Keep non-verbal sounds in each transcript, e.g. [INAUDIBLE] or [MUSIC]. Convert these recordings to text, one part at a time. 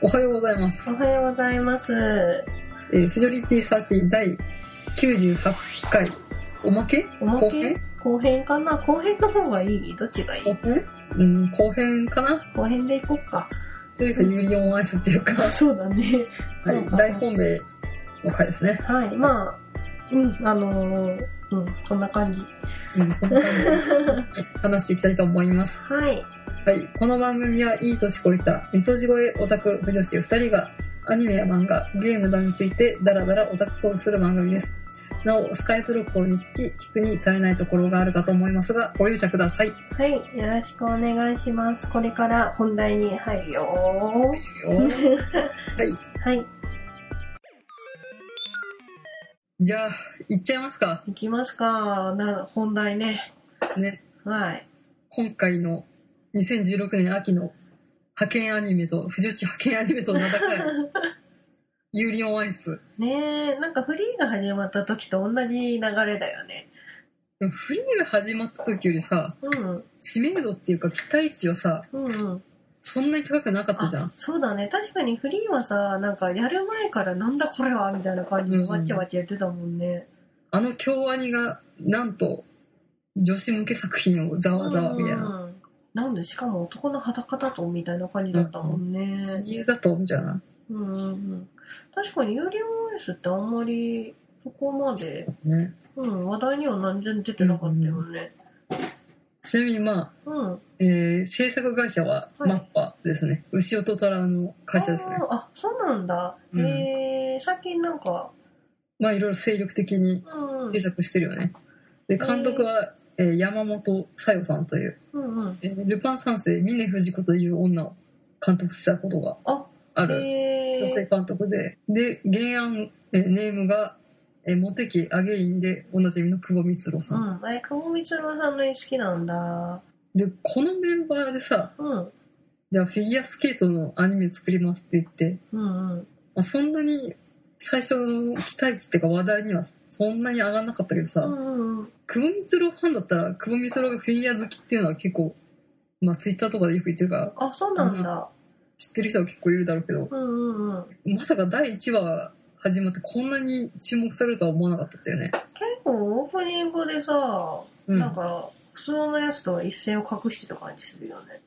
おはようございます。おはようございます。えー、フジョリティサーティ第98回。おまけおまけ後編後編かな後編の方がいいどっちがいい後編うん、後編かな後編でいこっか。というか、ユリオンアイスっていう [LAUGHS] か、そうだね。はうい、ん大本命の回ですね。はい、まあ、うん、あのーうん、そんな感じ。うん、そんな感じではい話していきたいと思います。 [LAUGHS] はい。はい、この番組はいい年こいた、みそじ越えオタク、不女子2人が、アニメや漫画、ゲームなどについてダラダラオタクトークする番組です。なお、スカイプ録音につき、聞くに耐えないところがあるかと思いますが、ご容赦ください。よはい、よろしくお願いします。これから本題に入るよーはい、 [LAUGHS] はい、じゃあ、いっちゃいますか。行きますか。な、本題ね。ね、はい。今回の2016年秋の派遣アニメと、不女子派遣アニメと [LAUGHS] の戦い、ユーリオンアイス。ねえ、なんかフリーが始まった時と同じ流れだよね。でもフリーが始まった時よりさ、うん、知名度っていうか期待値はさ、うん、うん。そんなに高くなかったじゃん。そうだね確かにフリーはさなんかやる前からなんだこれはみたいな感じうんでうんわちゃわちゃやってたもんね、あの京アニが、なんと、女子向け作品をざわざわみたいな。うんなんでしかも男の裸だとみたいな感じだったもんね、 CG だとみたいな。うんうんうん、確かに有料アイスってあんまりそこまで、ね、うん、話題には何然出てなかったよねちなみにまあ、うん、えー制作会社ははいマッパですね。牛尾と虎の会社ですねあ。ーあそうなんだ、うんへえ最近なんかまあいろいろ精力的にうんうん制作してるよね。で、監督は、えー山本小夜さんという、うんうんえールパン三世、峰不二子という女を監督したことがあある。へ女性え監督で、で、原案、えーネームが、えーモテキアゲインでおなじみの久保光郎うさん。ん、え久保光郎さんの絵好きなんだで、このメンバーでさ、うんじゃあフィギュアスケートのアニメ作りますって言って、うんうんまあ、そんなに最初の期待値っていうか話題にはそんなに上がらなかったけどさ、うんうん久保光郎ファンだったら、久保光郎がフィギュア好きっていうのは結構、まあツイッターとかでよく言ってるから、あそうなんだ知ってる人は結構いるだろうけど、うんうんうんまさか第1話始まってこんなに注目されるとは思わなかったんだよね。結構オープニングでさ、うんなんか普通のやつとは一線を画してた感じするよね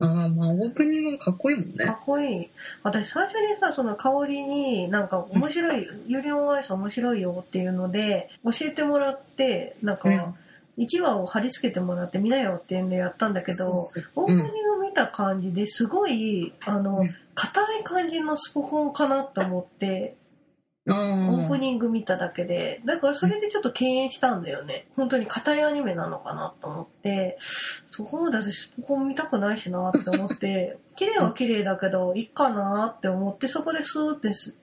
ああ、まあオープニングもかっこいいもんかね。っこいい私最初にさその香りになんか面白い「ユリオンアイス面白いよ」っていうので教えてもらってなんかうん1話を貼り付けてもらって見なよっていうんでやったんだけどそうそオうープニング見た感じですごいあのうん硬い感じのスポコンかなと思ってああオープニング見ただけで、だからそれでちょっと敬遠したんだよね。本当に硬いアニメなのかなと思って、そこまで私そこ見たくないしなって思って、 [LAUGHS] 綺麗は綺麗だけど、いいかなって思って、そこでスーってす、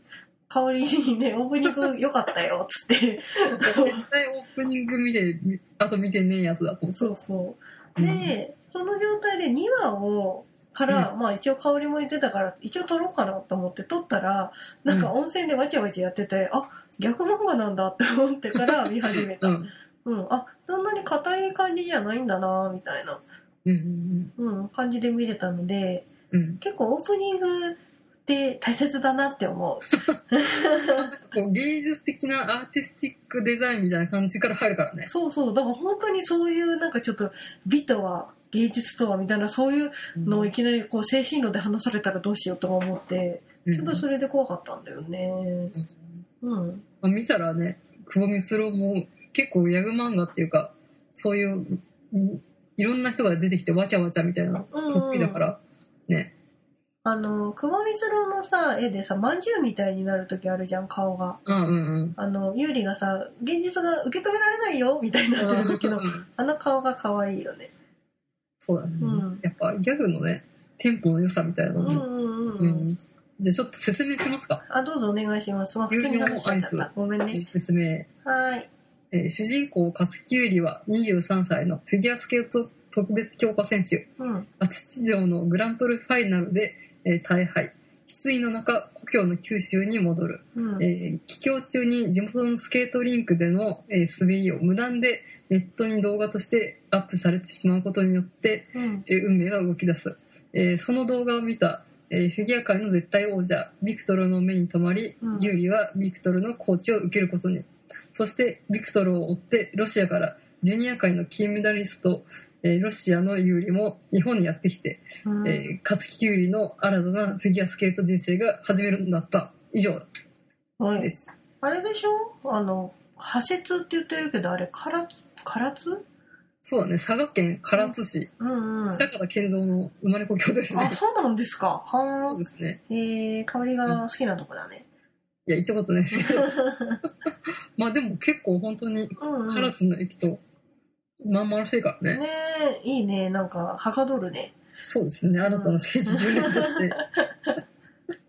香りにね、 [LAUGHS] オープニング良かったよ、つって。絶対オープニング見て、あと見てねえやつだと思ってそうそう。で、その状態で2話を、から、まあ一応香りも言ってたから、一応撮ろうかなと思って撮ったら、なんか温泉でわちゃわちゃやってて、あ、逆漫画なんだって思ってから見始めた。うん。うんうん、あそんなに硬い感じじゃないんだなみたいな、うんうん、感じで見れたのでうんうん。結構オープニングって大切だなって思こう芸術的なアーティスティックデザインみたいな感じから入るからねう。そうそうだから本当にそういうなんかちょっと美とは芸術とはみたいなそういうのをいきなりこう精神論で話されたらどうしようとか思ってうんちょっとそれで怖かったんだよねうんうんまあ見たらね、久保光郎も結構ギャグ漫画っていうか、そういう、にいろんな人が出てきてわちゃわちゃみたいな得意だから、ね。あの久保光郎のさ絵でさまんじゅうみたいになる時あるじゃん顔がうんうんうん。あの優里がさ現実が受け止められないよみたいになってる時のうんあの顔が可愛いよね。そうだねうん。やっぱギャグのね、テンポの良さみたいなうのんもうんう。うんんじゃあちょっと説明しますか、あ、どうぞお願いします。まあ、普通に話しちゃった。ごめんえーね。説明、はーい。えー主人公カスキューリは23歳のフィギュアスケート特別強化選手うん。初出場のグランプリファイナルで、えー大敗失意の中こ故郷の九州に戻る。うん。えー帰郷中に地元のスケートリンクでの、えー滑りを無断でネットに動画としてアップされてしまうことによって、うん。えー運命は動き出す、えーその動画を見た、えーフィギュア界の絶対王者ビクトルの目に留まり、うんユーリはビクトルのコーチを受けることにそしてビクトルを追ってロシアからジュニア界の金メダリスト、えーロシアのユーリも日本にやってきて、うんえー勝木キュウリの新たなフィギュアスケート人生が始めるんだった以上はいですあれでしょあの、破節って言ってるけど、あれ、から、からつそうだね、佐賀県唐津市、うんうん。あ、北方健三の生まれ故郷ですね。そうなんですか。そうはですね。ーん。えー、香りが好きなとこだね。いや、行ったことないです [LAUGHS] けど。まあでも結構本当にうんうん。唐津の駅と、まんまらしいからね。ねえ、いいね。なんか、はかどるね。そうですね、新たな政治分裂として。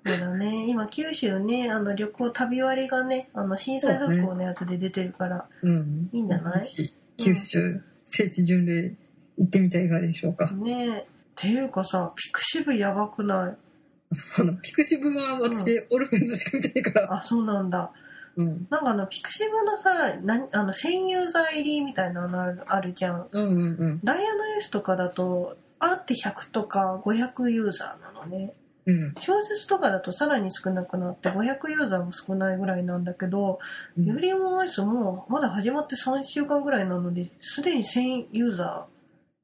そうだね。今、九州ね、あの、旅行、旅割がね、あの、震災復興のやつで出てるから、うん。いいんじゃないぜひ、九州、聖地巡礼行ってみたいがでしょうか。ねえ。っていうかさ、ピクシブやばくないそうなの、ピクシブは私、オルフェンズしか見てないから。あ、そうなんだ。うん。なんかあの、ピクシブのさ、なんあの、占有剤入りみたいなのあるあるじゃん。うんうんうん。ダイヤのエースとかだと、あって100とか500ユーザーなのね。うん。小説とかだとさらに少なくなって500ユーザーも少ないぐらいなんだけど、うんユーリオンアイスもまだ始まって3週間ぐらいなので、すでに1000ユーザ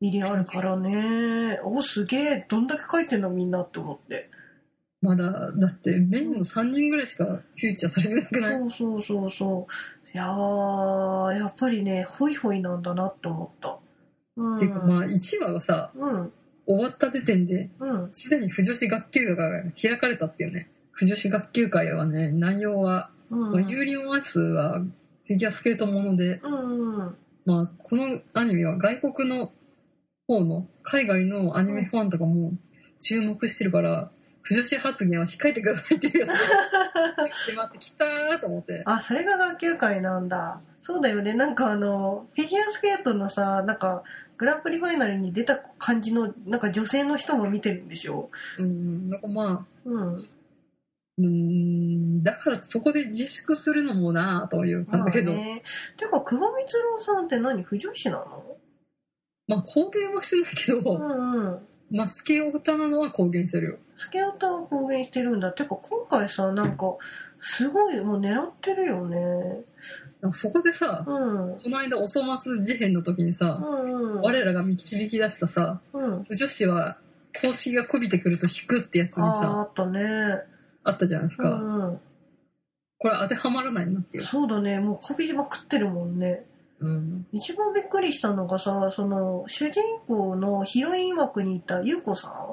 ー入りあるからね。お、すげえ。どんだけ書いてんのみんなって思って。まだ、だって、メインの3人ぐらいしかフューチャーされてなくないそうそうそうそう。いやー、やっぱりね、ホイホイなんだなって思った。うん。っていうか、まあ、1話がさ、うん、終わった時点でうん。すでに腐女子学級会が開かれたっていうね腐女子学級会はね内容は、うん。まあ、ユーリオンアイスはフィギュアスケートもので、うんうん。まあ、このアニメは外国の方の海外のアニメファンとかも注目してるから腐女子発言は控えてくださいっていうや [LAUGHS] つが決まってきたーと思ってあ、それが学級会なんだ。そうだよね。なんかあの、フィギュアスケートのさ、なんか、グランプリファイナルに出た感じの、なんか女性の人も見てるんでしょうんなんかまあうん。うーんだからそこで自粛するのもなあという感じだけど、まあね。てか、久保光郎さんって何不女子なのまあ公言はしてないけど、うんうん。まあ、スケオタなのは公言してるよ。スケーターを公言してるんだ。てか、今回さ、なんか、すごい、もう狙ってるよね。なんかそこでさ、うん。うんこの間お粗末事変の時にさ、うん。我らが導き出したさ、うん。女子は公式がこびてくると引くってやつあにあ、さ、あったね。あったじゃないですうか。んうん。これ当てはまらないなっていう。そうだね。もう、こびまくってるもんね。うん。一番びっくりしたのがさその主人公のヒロイン枠にいた優子さ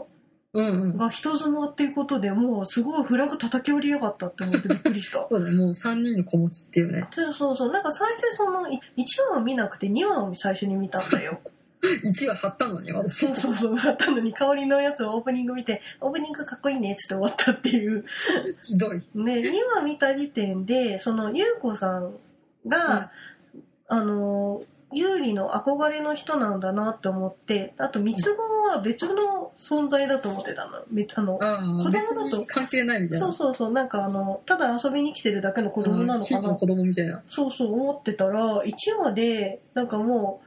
うんうんん。が人妻っていうことでもうすごいフラグ叩き降りやがったって思ってびっくりした [LAUGHS] そうだね、もう3人の子持ちっていうね。そうそうそうなんか最初その1話を見なくて2話を最初に見たんだよ1話張ったのに、私。そうそうそうだったのに香りのやつをオープニング見てオープニングかっこいいねっつって終わったっていうひどい。ね2話見た時点でその優子さんが、あの有利の憧れの人なんだなって思ってあと三つ子は別の存在だと思ってたのめあのああ、子供だと別に関係ないみたいな。そうそうそうなんかあのただ遊びに来てるだけの子子供なのかなの子供みたいな。 [LAUGHS] そうそう思ってたら1話でなんかも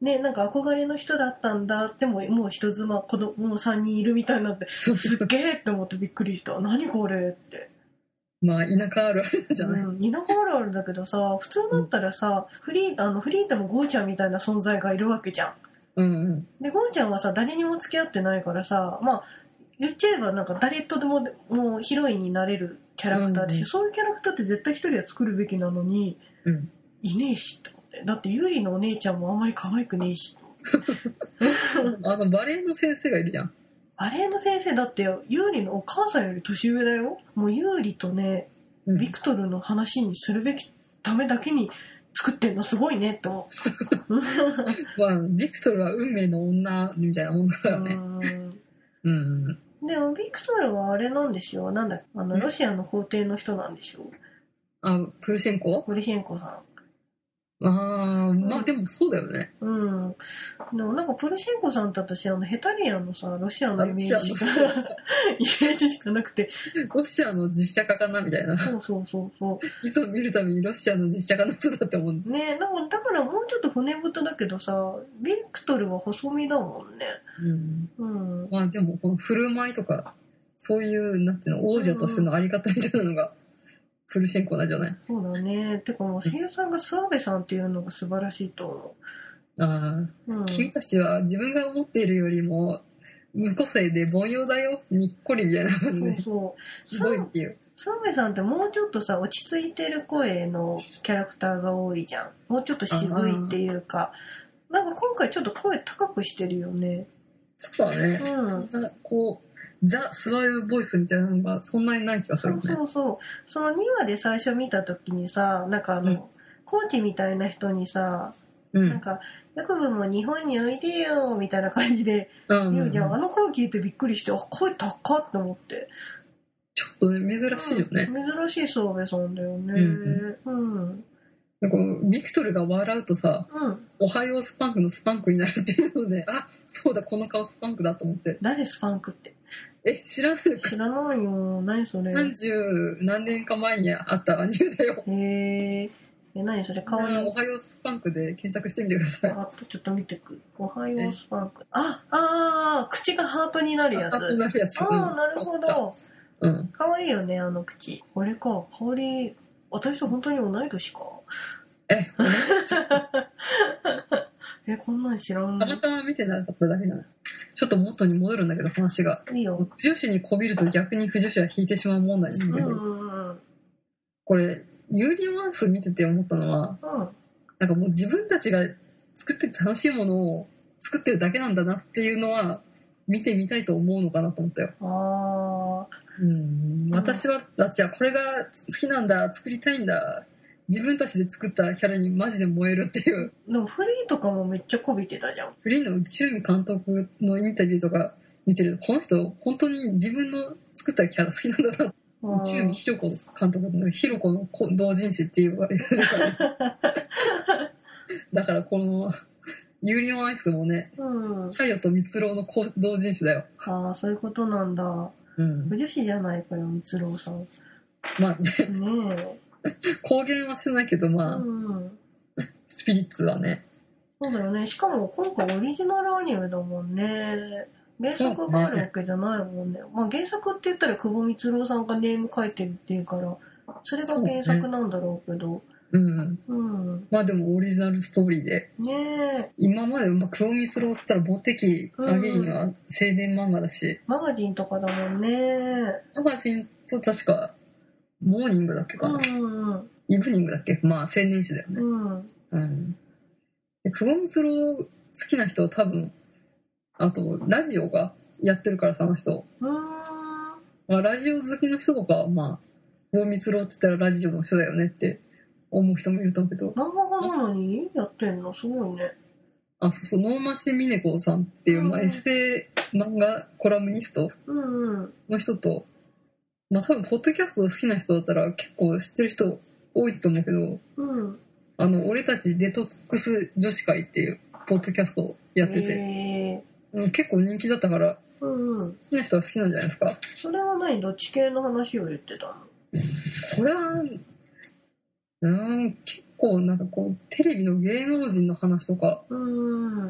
うねなんか憧れの人だったんだでももう人妻子供もう3人いるみたいになってすっげえって思ってびっくりした何これって。まあ、田舎あるあるじゃない。うん、田舎あるあるだけどさ普通だったらさ、フリーあのフリーでもゴーちゃんみたいな存在がいるわけじゃうんうん。んでゴーちゃんはさ誰にも付き合ってないからさまあ言っちゃえばなんか誰とでももうヒロインになれるキャラクターでしょ、うんそういうキャラクターって絶対一人は作るべきなのにうん。いねえしって思ってだってユーリのお姉ちゃんもあんまり可愛くねえしあの、バレエの先生がいるじゃん。バレエの先生だってユーリのお母さんより年上だよもうユーリとねうんビクトルの話にするべきためだけに作ってんのすごいねって思うまあ、ビクトルは運命の女みたいなもんだからね。ううん。んでもビクトルはあれなんですよなんだあのんロシアの皇帝の人なんでしょあ、プルシェンコオレシェンコさあー、まあでもそうだよね。うん。でもなんかプルシェンコさんって私、あの、ヘタリアンのさ、ロシアのイメージしか、あ [LAUGHS] イロメシアのージしかなくて、ロシアの実写化かなみたいな。 [LAUGHS] そうそうそうそいつも見るたびにロシアの実写化の人だって思う。う。ねなんかだからもうちょっと骨太だけどさ、ビクトルは細身だもんね。うん。うん。まあでも、この振る舞いとか、そういう、なんていうの、王女としてのあり方みたいなのが、プルシェンコなんじゃないそうだね。てかもう声優さんが諏訪部さんっていうのが素晴らしいと思ああ、う。うん。君たちは自分が思っているよりも、無個性で凡庸だよ、にっこりみたいな感じそうで、そう。ひどいっていう。諏訪部さんってもうちょっとさ落ち着いてる声のキャラクターが多いじゃんもうちょっと渋いっていうかなんか今回ちょっと声高くしてるよねそうだね。うんそんな、こう、ザ・スワイブボイスみたいなのがそんなにない気がすそるねう。そうそうその2話で最初見た時にさなんかあの、うんコーチみたいな人にさ、うなんん。か、ヤクブも日本においでよ、みたいな感じで、うん言う、うんちじゃん。ょあの声聞いてびっくりして、あ、声高っと思って。っとね、珍しいよね。うん珍しい諏訪部さんだよね。うん。うん。なんかこう、ビクトルが笑うとさ、おはようスパンクのスパンクになるっていうので、あ、そうだ、この顔スパンクだと思って。誰スパンクって。え、知らないのか知らないよ。何それ。三十何年か前にあったアニメだよ。へえ。え、何それ顔うんおの。はようスパンクで検索してみてください。あとちょっと見てくる。おはようスパーク。あ、あー、口がハートになるやあそうつ。なるやつ。あうー、んなるほ。ど。うん。かわいいよね、あの口。これか、香り、私と本当に同い年か。え、 [LAUGHS] え、こんなん知らたなまい。たま見てなかっただけなの。ちょっと元に戻るんだけど、話が。いいよ。不女子にこびると逆に不女子は引いてしまう問題なうんんだうけど、んうん。これ、ユーリマンス見てて思ったのは、うん。なんかもう自分たちが作ってて楽しいものを作ってるだけなんだなっていうのは、見てみたいと思うのかなと思ったよ。あうん、私は、あ、違う、これが好きなんだ、作りたいんだ、自分たちで作ったキャラにマジで燃えるっていう、ー。でもフリーとかもめっちゃこびてたじゃん。フリーの内海監督のインタビューとか見てると、この人、本当に自分の作ったキャラ好きなんだな、内海ひろ子監督のひろ子の子同人誌って言われるから、だからこの、ユーリオンアイスもね、うん。さよとみつろうの子同人誌だよ。ああ、そういうことなんだ。うん。不女子じゃないかよ、蜜郎さん。ねまあ、 [LAUGHS] ね、え。公言はしてないけど、うまあ、ん。スピリッツはね、そうだよね。しかも今回オリジナルアニメだもんね。原作があるわけじゃないもんね。まあ原作って言ったら久保光郎さんがネーム書いてるっていうから、それが原作なんだろうけど。うん。うん。まあでもオリジナルストーリーでねえ。今まで、まあ、クオミスローっつったらモテキアゲインは青年漫画だし、マガジンとかだもんね。マガジンと確かモーニングだっけうかな、んイブニングだっけまあ青年誌だよね、うん。うん。うん、でクオミスロー好きな人は多分あとラジオがやってるからさあの人、うーん。まあ、ラジオ好きの人とかはまあクオミスローって言ったらラジオの人だよねって思う人もいると思うけど漫画家なのにやってんのすごいね。あそうそう能町みね子さんっていう、まあ、うんエッセイ漫画コラムニストうんうん。の人と、まあ多分、ポッドキャストを好きな人だったら結構知ってる人多いと思うけど、うん。あの、俺たちデトックス女子会っていうポッドキャストをやってて、えうん結構人気だったから、ーうんうん。好きな人は好きなんじゃないですか。それは何どっち系の話を言ってたのこれは、うん、結構なんかこう、テレビの芸能人の話とか、うん。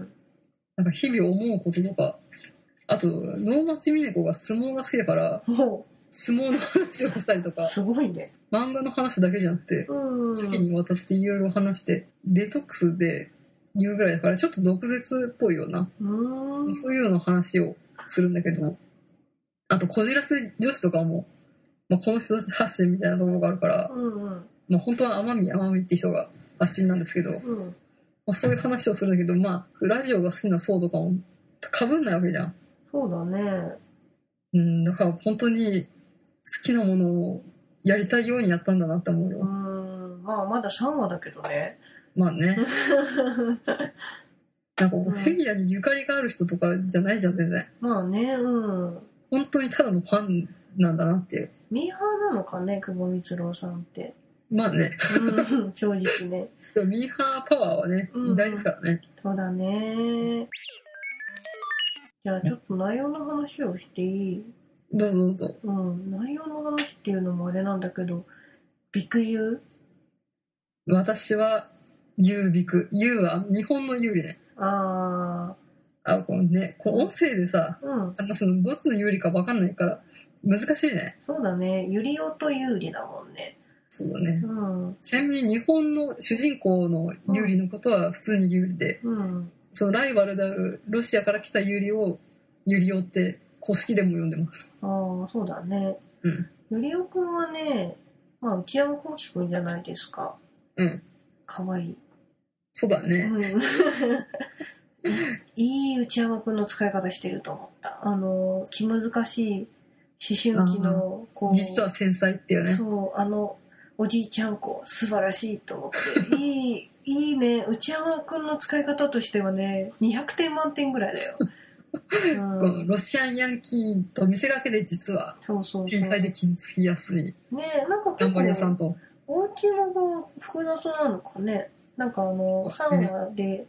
なんか日々思うこととか、あと、能町みね子が相撲が好きだから、も相撲の話をしたりとう、か、すごいね。漫画の話だけじゃなくて、うん。多岐にわたっていろいろ話して、デトックスで言うぐらいだから、ちょっと毒舌っぽいような、うーん。そういうような話をするんだけど、あと、こじらせ女子とかも、まあ、この人たち発信みたいなところがあるから、うんうんまあ、本当は天海天海って人が発信なんですけど、まうんあ、そういう話をするんだけど、まあ、ラジオが好きな層とかも被んないわけじゃん。そうだね。うん、だから本当に好きなものをやりたいようにやったんだなって思ううーよ。ん。まあ、まだ3話だけどね。ま [LAUGHS] あね。なんかこうフィギュアにゆかりがある人とかじゃないじゃん、全然。まあね、うん。本当にただのファンなんだなっていう。ミーハーなのかね、久保光郎さんって。まあね。 [LAUGHS] うん正直ね。でもミーハーパワーはね、うん偉大ですからね。そうだね。じゃあちょっと内容の話をしていいどうぞどうぞ。うん、内容の話っていうのもあれなんだけど、ビクユ私は、優びく。優は日本の優利ね。ーああ、このね、こう音声でさ、ー、うん、あのそのどっちの有利か分かんないから、難しいね。そうだね。ユリオとユーリだもんね。そうだね。うん、ちなみに日本の主人公の有利のことは普通に有利で、うん。そのライバルであるロシアから来た有利を、有利をって公式でも呼んでます。ああ、そうだね。うん。ユリオくんはね、まあ、内山幸輝くんじゃないですか。うん。かわいい。そうだね。うん。 [LAUGHS] いい内山くんの使い方してると思った。あの、気難しい思春期の、こう。実は繊細っていうね。そう、あの、おじいちゃん子、素晴らしいと思っ [LAUGHS] て。いい、いいね。内山くんの使い方としてはね、200点満点ぐらい [LAUGHS] だよ。こうのん、ロシアンヤンキーと見せかけで実はそうそうそう。繊細で傷つきやすいねなんか頑張り屋さん結構、と。お家も複雑なのかね。なんかあの、そうね3話で、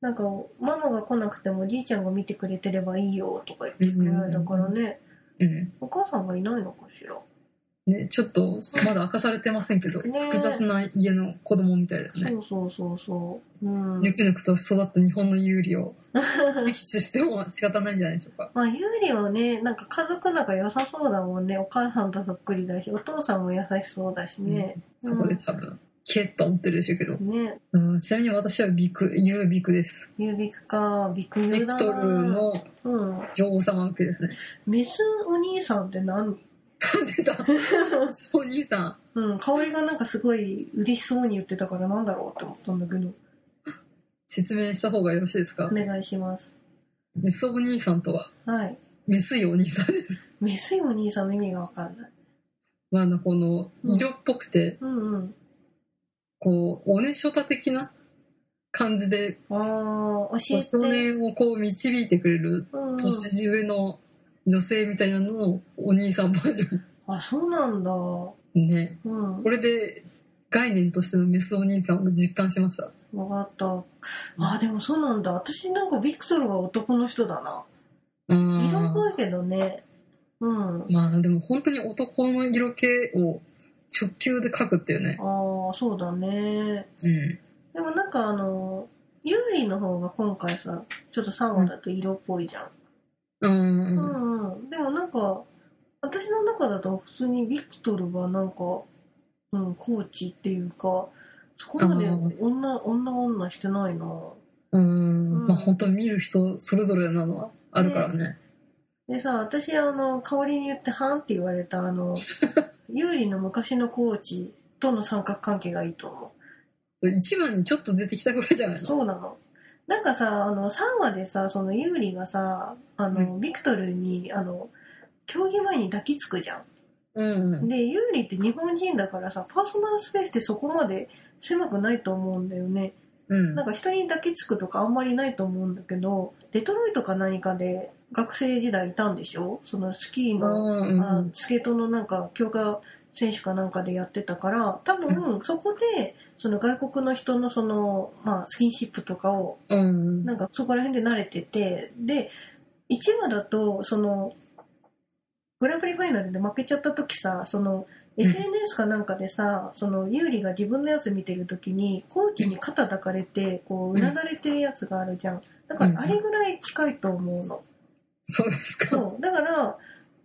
なんか、ママが来なくてもおじいちゃんが見てくれてればいいよとか言ってくれるだからね、うん。お母さんがいないのかしら。ね、ちょっとまだ明かされてませんけど、ね複雑な家の子供みたいだよね。そうそうそうそう。うん。ぬくぬくと育った日本の有 [LAUGHS] 利を歴史しても仕方ないんじゃないでしょうか。まあ、ゆうりはね、なんか家族仲良さそうだもんね。お母さんとそっくりだし、お父さんも優しそうだしね。そこで多分、キエッと思ってるでしょうけど。ね、うん、ちなみに私はビク、ユービクです。ゆうびくか、びくゆビうクだトな。ルのうん。女王様受けですね。メスお兄さんって何出た。 [LAUGHS] そう、兄さん。うん、香りがなんかすごい嬉しそうに言ってたからなんだろうって思ったんだけど。説明した方がよろしいですかお願いします。メスお兄さんとは、はい。メスいお兄さんです。メスお兄さんの意味がわかんない。まあ、あの、この、うん医療っぽくて、うんうん。こう、おねしょた的な感じで、ああ、教こう少えて。年をこう導いてくれるうん、うん。年上の女性みたいなののお兄さんバージョあ、そうなんだ。うン。ね。んこ。れで概念としてのメスお兄さんを実感しました。わかった。あ、でもそうなんだ。私なんかビクトルは男の人だな。う色っん。ぽいけどね。うん。あまあでも本当に男の色気を直球で描くっていうね。あ、そうだね。うん。でもなんかあの、ユーリの方が今回さ、ちょっと3話だと色っぽいじゃん。うんう。ん、うん、でもなんか、私の中だと普通にビクトルはなんか、うん、コーチっていうか、そこまであ女、女女してないな。うんうんまあ本当に見る人それぞれなのはあるからね。でさ、私あの、香りに言ってはんって言われたあ [LAUGHS] の、ユーリの昔のコーチとの三角関係がいいと思う。一番にちょっと出てきたぐらいじゃないのそうなの。なんかさ、あの、3話でさ、そのユーリがさ、あの、ビクトルに、あの、競技前に抱きつくじゃうんん。。で、ユーリって日本人だからさ、パーソナルスペースってそこまで狭くないと思うんだよね。うんなん。か人に抱きつくとかあんまりないと思うんだけど、デトロイトか何かで学生時代いたんでしょそのスキーのうんあスケートのなんか強化選手かなんかでやってたから多分そこでその外国の人のその、まあ、スキンシップとかをうん。なんかそこら辺で慣れててで1話だとそのグランプリファイナルで負けちゃった時さそのん SNS かなんかでさ、そのユーリが自分のやつ見てる時にコーチに肩抱かれてこううなだれてるやつがあるじゃんだからあれぐらい近いと思うの。そうですか。そうだから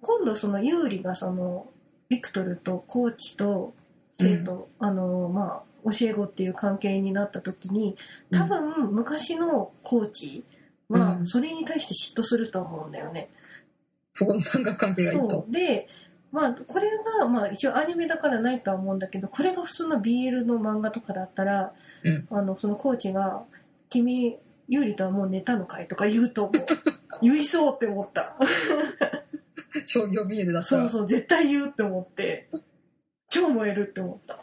今度そのユーリがそのビクトルとコーチと生徒、あのまあ教え子っていう関係になった時に多分昔のコーチはうんそれに対して嫉妬すると思うんだよね。そこの三角関係がいいとそ。うでまあこれが、まあ、一応アニメだからないとは思うんだけどこれが普通の BL の漫画とかだったら、うんあのそのコーチが「君ユーリとはもう寝たのかい?」とか言うと思 [LAUGHS] う言いそうって思った。商業ビールだったそらう、そう、絶対言うって思って、超燃えるって思った。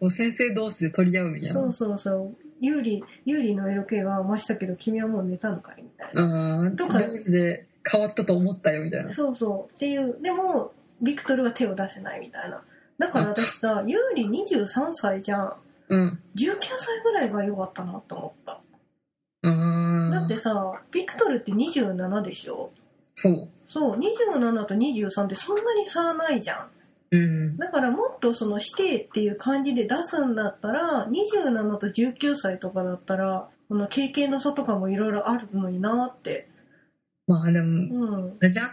もう先生同士で取り合うみたいそなう。そうそう、有利、有利の色気が増したけど、君はもう寝たのかいみたいうん。とか料理で変わったと思ったよみたいなな。。そうそう、っていう、でも、ビクトルは手を出せないみたいな。だから私さ、ユーリ23歳じゃん。うん。 19歳ぐらいが良かったなと思った。うーん。だってさ、ビクトルって27でしょそう。そう、27と23ってそんなに差ないじゃん。うん。だからもっとその指定っていう感じで出すんだったら、27と19歳とかだったら、この経験の差とかもいろいろあるのになって。まあでも、うん、あれじゃん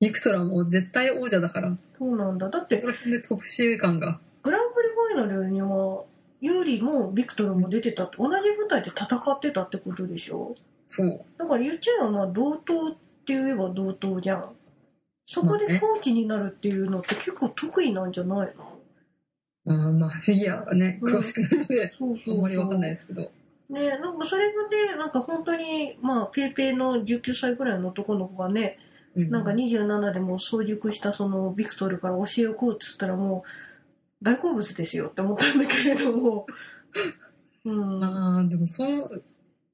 ビクトラもう絶対王者だから、そうなんだ。だっそてこ、ら辺で特殊感が。グランプリファイナルには、ユーリもビクトルも出てたって、同じ舞台で戦ってたってことでしょそう。だから言っちゃえばまあ同等って言えば同等じゃん。そこまあでねコーチになるっていうのって結構得意なんじゃないのうん、まあ、フィギュアがね、うん詳しくないので、そうそうそあんうまりわかんないですけど。ねなんかそれで、なんか本当に、まあ、ペイペイの19歳ぐらいの男の子がね、うなんか27でもう早熟したそのビクトルから教えをこうっつったらもう大好物ですよって思ったんだけれど [LAUGHS] も。うん。あーでもその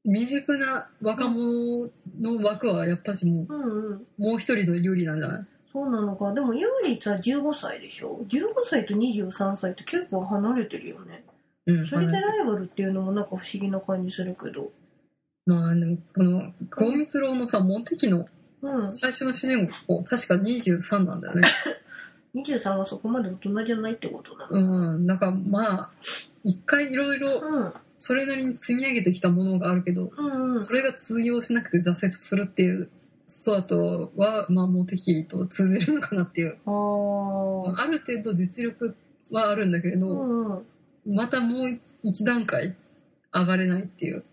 未熟な若者の枠はやっぱしもうんうん。うもう一人の有利なんじゃないそうなのか。でも、ユーリーさ、15歳でしょ ?15 歳と23歳って結構離れてるよね。うん、それでまあライバルっていうのもなんか不思議な感じするけど。まあでもこの久保光郎のさモンテキのうん。最初の主人公確か23なんだよね23はそこまで大人じゃないってことなの。うんなんかまあ一回いろいろうん。それなりに積み上げてきたものがあるけどうんうん。それが通用しなくて挫折するっていうストアとはまあモンテキと通じるのかなっていうあー。ある程度実力はあるんだけれど、うんうん。またもう一段階上がれないっていう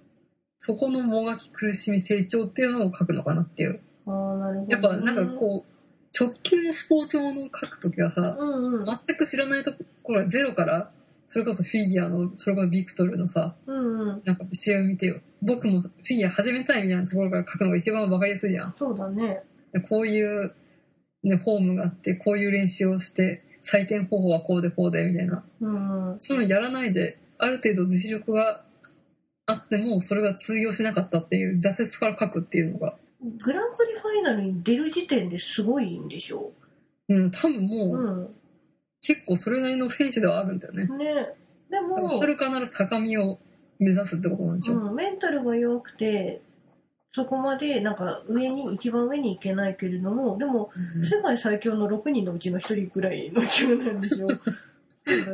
そこのもがき苦しみ成長っていうのを書くのかなっていうあー、なるほどね。やっぱなんかこう直球のスポーツものを書く時はさうんうん。全く知らないところはゼロからそれこそフィギュアのそれこそビクトルのさうんうん。なんか試合を見てよ僕もフィギュア始めたいみたいなところから書くのが一番わかりやすいじゃんそうだね。でこういう、ね、フォームがあってこういう練習をして採点方法はこうでこうでみたいなうん、そういうのやらないで、ある程度実力があっても、それが通用しなかったっていう、挫折から書くっていうのが、グランプリファイナルに出る時点ですごいんでしょうん、多分もう、う、結構それなりの選手ではあるんだよね。ん、ねでだからもは、るかなる高みを目指すってことなんでしょう。うん、メンタルが弱くてそこまでなんか上に一番上に行けないけれどもでもう世界最強の6人のうちの1人ぐらいの級なんで [LAUGHS] しょ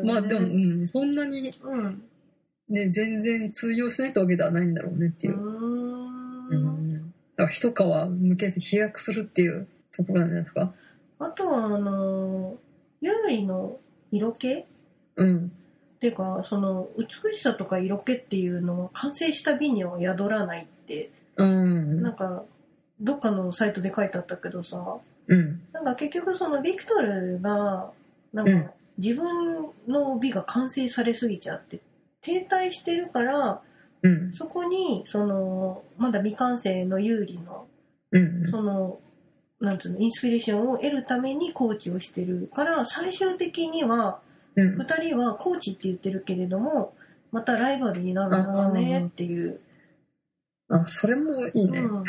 んまあでも、うねん、そんなにうんね、全然通用しないってわけではないんだろうねっていう。ううーんん。だから一皮向けて飛躍するっていうところなんじゃないですか。あとはあのーユーリの色気うん。っていうかその美しさとか色気っていうのは完成した美には宿らないってうんな。んかどっかのサイトで書いてあったけどさうん。なんか結局そのビクトルがなんうんか自分の美が完成されすぎちゃって停滞してるからうん。そこにそのまだ未完成の有利のうん。そのなんつうのインスピレーションを得るためにコーチをしてるから最終的にはうん。 2人はコーチって言ってるけれどもまたライバルになるんだねっていう。あ、それもいいね。うん [LAUGHS] 好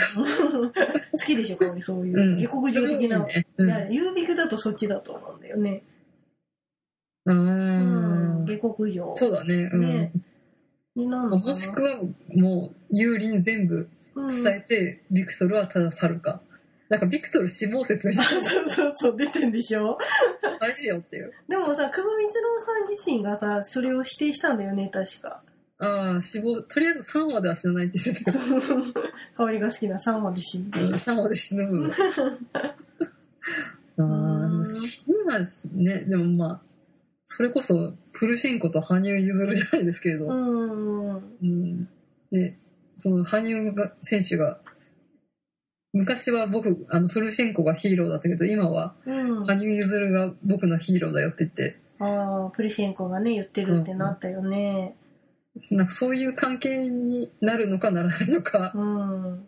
きでしょかおりそうういんう下克上的な。ね。ういんや、ユービクだとそっちだと思うんだよね。ううーん。下克上そうだね。うん。ねになるのかな。もしくは、もう、有林全部うん [LAUGHS] 伝えて、ビクトルはただ去るか。なんか、ビクトル死亡説みあたいなそうそうそう、出てんでしょの大事よっていう。でもさ、久保光郎さん自身がさ、それを否定したんだよね、確か。 [LAUGHS] ああ、死亡、とりあえず3話では死なないって言ってたそう香りが好きな3話で死んでけど、3話で死ぬ [LAUGHS] の。ああ、でも死ぬはね、でもまあ、それこそ、プルシェンコと羽生結弦じゃないですけれど、うん。うんで、その、羽生が選手が、昔は僕、あの、プルシェンコがヒーローだったけど、今は、うん。羽生結弦が僕のヒーローだよって言って、ああ、プリシェンコがね、言ってるってなったよね。なんかそういう関係になるのかならないのか、うん。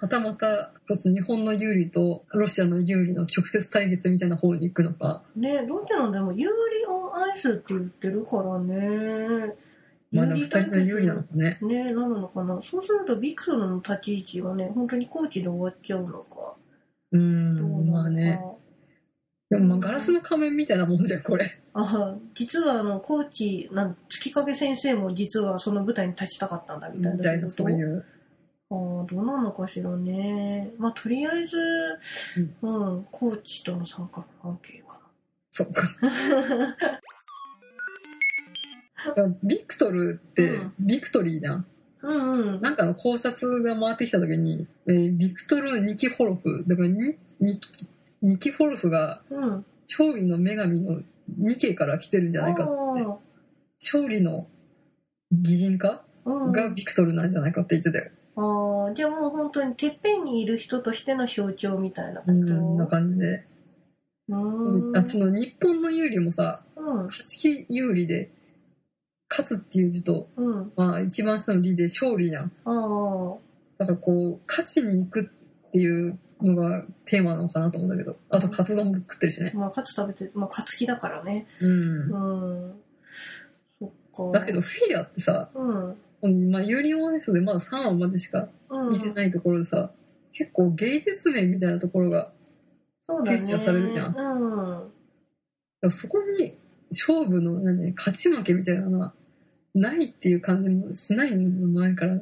はたまた、一つ日本の有利とロシアの有利の直接対決みたいな方に行くのか、ねどっちなんだよ。ユーリオンアイスって言ってるからね。まだ二人の有利なのかね。ねなるのかなそうするとビクトルの立ち位置がね本当にコーチで終わっちゃうのかどううなのかん、まあね。でもまあガラスの仮面みたいなもんじゃん、これ。あは実はあの高知なん月影先生も実はその舞台に立ちたかったん [LAUGHS] だみみたいなたいな、そういう。あーどうなのかしらねまあとりあえず、うん高知との三角関係かそっか。ビクトルってうん、ビクトリーじゃん。なうんうんなんかの考察が回ってきた時に、えービクトル・ニキホロフ、だからニニキニキホロフがうん勝利の女神のニケから来てるんじゃないかって。あ勝利の擬人化ーうんがビクトルなんじゃないかって言ってたよ。ああじゃあもう本当にてっぺんにいる人としての象徴みたいなことうん、な感じで。うーんあその日本の有利もさ、うん勝ち気有利で、勝つっていう字と、うんまあ一番下の利で勝利やん。ああだからこう、勝ちに行くっていうのがテーマなのかなと思うんだけど。あと、カツ丼も食ってるしね。まあカツ食べてまあカツキだからねうん。うんそっかだけど、フィギュアってさ、うんまあ、ユーリオンアイスでまだ3話までしかうん見てないところでさ、結構芸術面みたいなところが、だかそうだねフィーチャーされるじゃんうんらそこに勝負の、何、勝ち負けみたいなのは、ないっていう感じもしないの前から、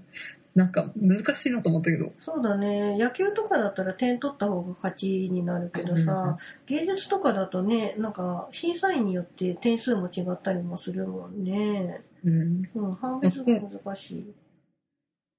なんか難しいなと思ったけど。そうだね野球とかだったら点取った方が勝ちになるけどさ、芸術とかだとねなんか審査員によって点数も違ったりもするもんねうん。ね、うん判別が難しい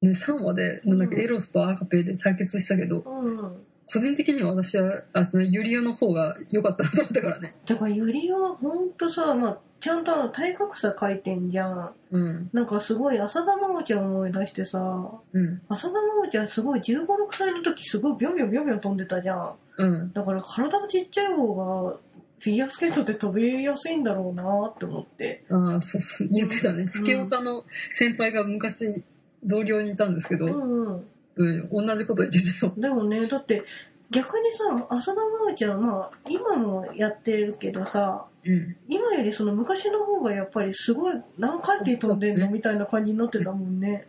3話で、なんだっけ、うんエロスとアカペで対決したけど、うん個人的には私は、あ、そのユリオの方が良かったなと思ったからね。だからユリはほんとさ、まあ、ちゃんとあの体格差書いてんじゃんうん。なんかすごい浅田真央ちゃん思い出してさうん。浅田真央ちゃんすごい1 5 6歳の時すごいビョンビョンビョンビョン飛んでたじゃんうん。だから体がちっちゃい方がフィギュアスケートって飛びやすいんだろうなって思ってああ、そうそう、言ってたね。スケオタの先輩が昔、同僚にいたんですけうど、んうんうん、同じこと言ってたよ。でもねだって逆にさ浅田真央ちゃんまあ今もやってるけどさうん。今よりその昔の方がやっぱりすごい何回転飛んでんのみたいな感じになってたもんね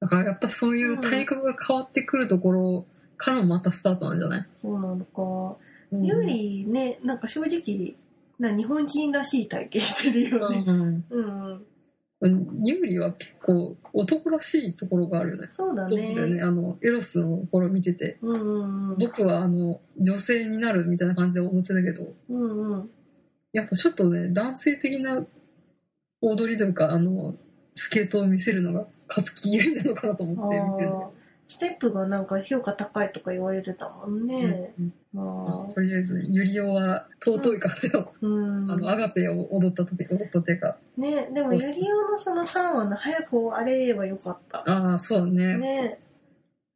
だからやっぱそういう体格が変わってくるところからもまたスタートなんじゃない、そうなのかうん、よりねなんか正直な日本人らしい体型してるよねうん、うんうん。ユーリは結構男らしいところがあるよね。そうだそうだよねね。あの、エロスのところ見てて、うんうんうん僕はあの、女性になるみたいな感じで思ってたけど、うんうんやっぱちょっとね、男性的な踊りというか、あの、スケートを見せるのが、勝木優なのかなと思って見てるあーステップがなんか評価高いとか言われてたもんね。うんまあとりあえず、ユリオは尊い感じの、うんあの、アガペを踊った時、踊ったっていうか、ね、でもユリオのその3話の早く終わればよかった。ああ、そうだね。ね。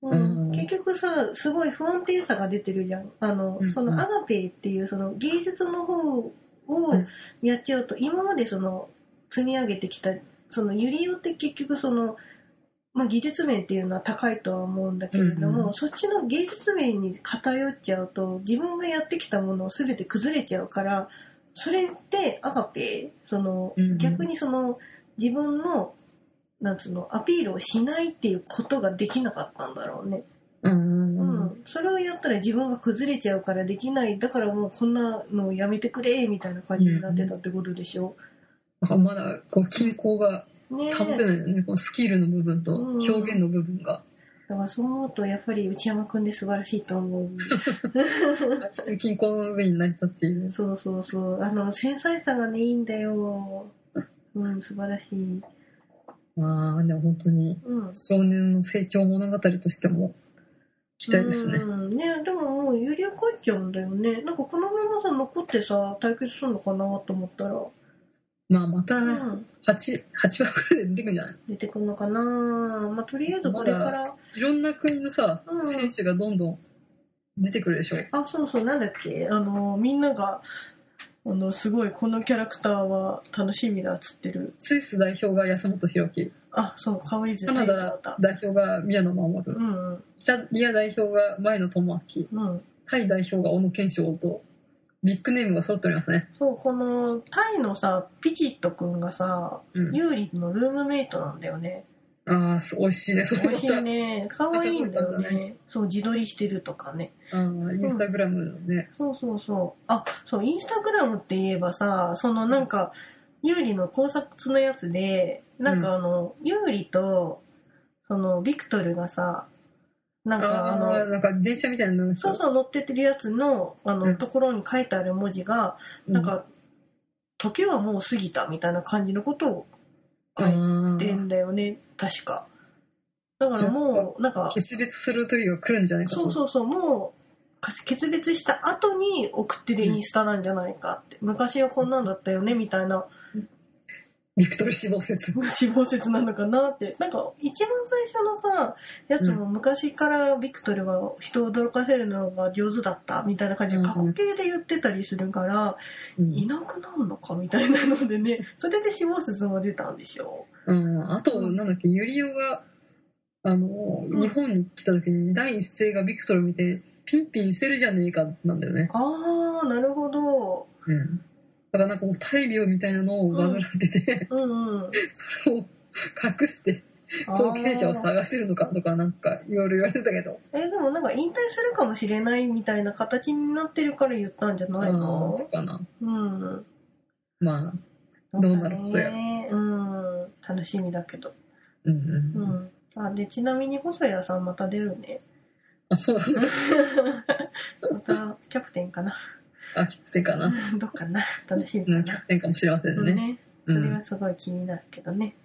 うんうん結局さすごい不安定さが出てるじゃんあの、うんそのアガペイっていうその芸術の方をやっちゃうと、今までその積み上げてきたそのユリオって結局その、まあ、技術面っていうのは高いとは思うんだけれども、うんうそっちの芸術面に偏っちゃうと自分がやってきたものを全て崩れちゃうからそれってアガペイその、うんうん逆にその自分のなんつうのアピールをしないっていうことができなかったんだろうね、うんううんんうん。それをやったら自分が崩れちゃうからできないだからもうこんなのやめてくれみたいな感じになってたってことでしょ、なんかまだ、こう、均衡がねえ保てないよね。こうスキルの部分とうん表現の部分が。だからそう思うとやっぱり内山君で素晴らしいと思う [LAUGHS] 均衡の上になりたっていう。そうそうそうあの繊細さがねいいんだようん素晴らしいまあ、でも本当に、うん少年の成長物語としても、期待ですね。うんねでももう有料帰っちゃうんだよねなんかこのままさ残ってさ対決するのかなと思ったら、まあ、また、うん、 8、8話くらいで出てくるんじゃない出てくるのかなまあとりあえずこれから、いろんな国のさ、うん選手がどんどん出てくるでしょ。あそうそうなんだっけあのみんながあのすごいこのキャラクターは楽しみだっつってるスイス代表が安本博樹、あそうかわいい絶カナ対いいと思ダった代表が宮野真守、うんうんイタリア代表が前野智明、うんタイ代表が小野賢章と、ビッグネームが揃っておりますね。そうこのタイのさピチットくんがさ、うん [LAUGHS] ユーリのルームメイトなんだよねああ、そう美味しいね、そう美思っ味しいた。ね可愛いんだよ赤とんねそう自撮りしてるとかねああ、インスタグラムのね。そうそうそうあそうインスタグラムって言えばさそのなんかユーリの考察のやつでなんかあの、ユーリとそのビクトルがさなんかあああ、のなんか電車みたいなの。そうそう乗ってってるやつのあの、うんところに書いてある文字がうん。なんか、時はもう過ぎたみたいな感じのことを書いあてー、んだよね、確か。だからもう、なんか、決別する時が来るんじゃないかとそうそうそう、もう、か決別した後に送ってるインスタなんじゃないかって、昔はこんなんだったよね、みたいな、ビクトル死亡説。死亡説なのかなって。なんか、一番最初のさ、やつも昔からビクトルは人を驚かせるのが上手だった、みたいな感じで過去形で言ってたりするから、うんいなくなるのかみたいなのでね、それで死亡説も出たんでしょうん、あと、なんだっけ、ユリオが、あの、ん日本に来た時に第一声がビクトル見て、ピンピンしてるじゃねえか、なんだよね。あー、なるほど。うん。だからなんかもう大病みたいなのを患ってて、うんうん。それを隠して [LAUGHS] 後継者あをー探してるのかとかなんかいろいろ言われてたけど、え、でもなんか引退するかもしれないみたいな形になってるから言ったんじゃないあのあ、そうかな。うん。まあ、どうなることやねうん。楽しみだけど。うんううん。ん。あ、で、ちなみに細谷さんまた出るね。あ、そうなんだ。また、キャプテン [LAUGHS] かな。あ、キャプテンかな。どっかな。楽しみかうん、キャな。プテンかもしれませんうんね。ね。うそんれはすごい気になるけどね。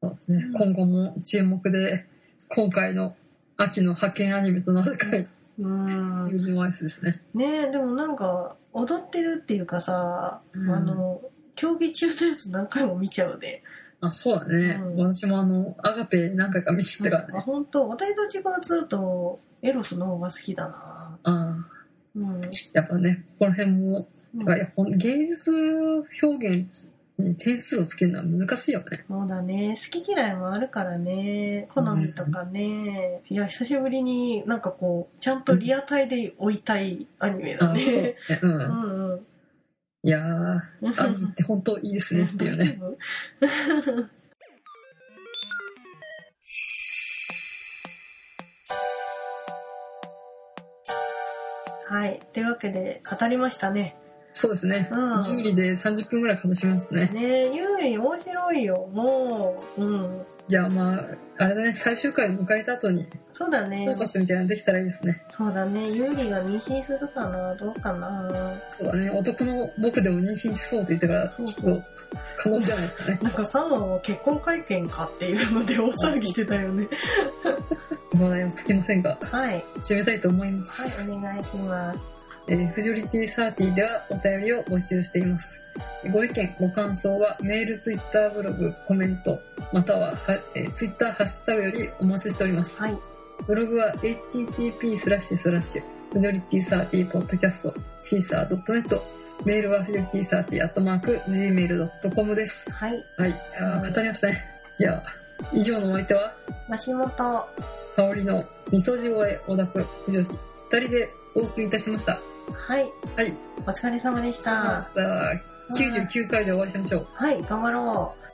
そうね今後も注目で、今回の秋の派遣アニメとなぜか、ユうん。ージマイスですね。ねえでもなんか踊ってるっていうかさ、うんあの競技中のやつ何回も見ちゃうで、あ、そうだね。うん私もあの、アガペ何回か見ちゃったからあね。本当私と違うずっとエロスの方が好きだなああ、うん、やっぱね、この辺も、うんやっぱほん芸術表現に点数をつけるのは難しいよね。そうだね好き嫌いもあるからね好みとかね、いや久しぶりになんかこうちゃんとリアタイで追いたいアニメあだそうねね、う。うんんうんいやー、アニメって本当いいですねっていうね。 [LAUGHS] はい。というわけで、語りましたね。そうですね。うん有利で30分ぐらいかもしれますね。ねえ、ゆうり面白いよ。もう、うん。じゃあまあ、あれだね、最終回を迎えた後に、そうだフォねー。カスみたいなのできたらいいですね。そうだね。ゆうりが妊娠するかなどうかなそうだね、男の僕でも妊娠しそうって言ったから、ちそょうっそうと可能じゃないですかね。なんかサマは結婚会見かっていうので大騒ぎしてたよね。話題はつきませんが、はい。はい、締めたいと思います。お願いします。えー、フジョリティサーティではお便りを募集しています。ご意見、ご感想はメール、ツイッター、ブログ、コメント、またはは、えー、ツイッター、ハッシュタグよりお待ちしております。はい。ブログは http スラッシュスラッシュ、フジョリティサーティポッドキャスト、シーサー .net、メールはフジョリティサーティアットマーク、gmail.com です。はい。はい、あー語りましたね。じゃあ、以上のお相手は、マシモト。香りの味噌汁へおだく、女子、二人でお送りいたしました。はい。はい。お疲れ様でしさた。あ、99回でお会いしましょう。はい、頑張ろう。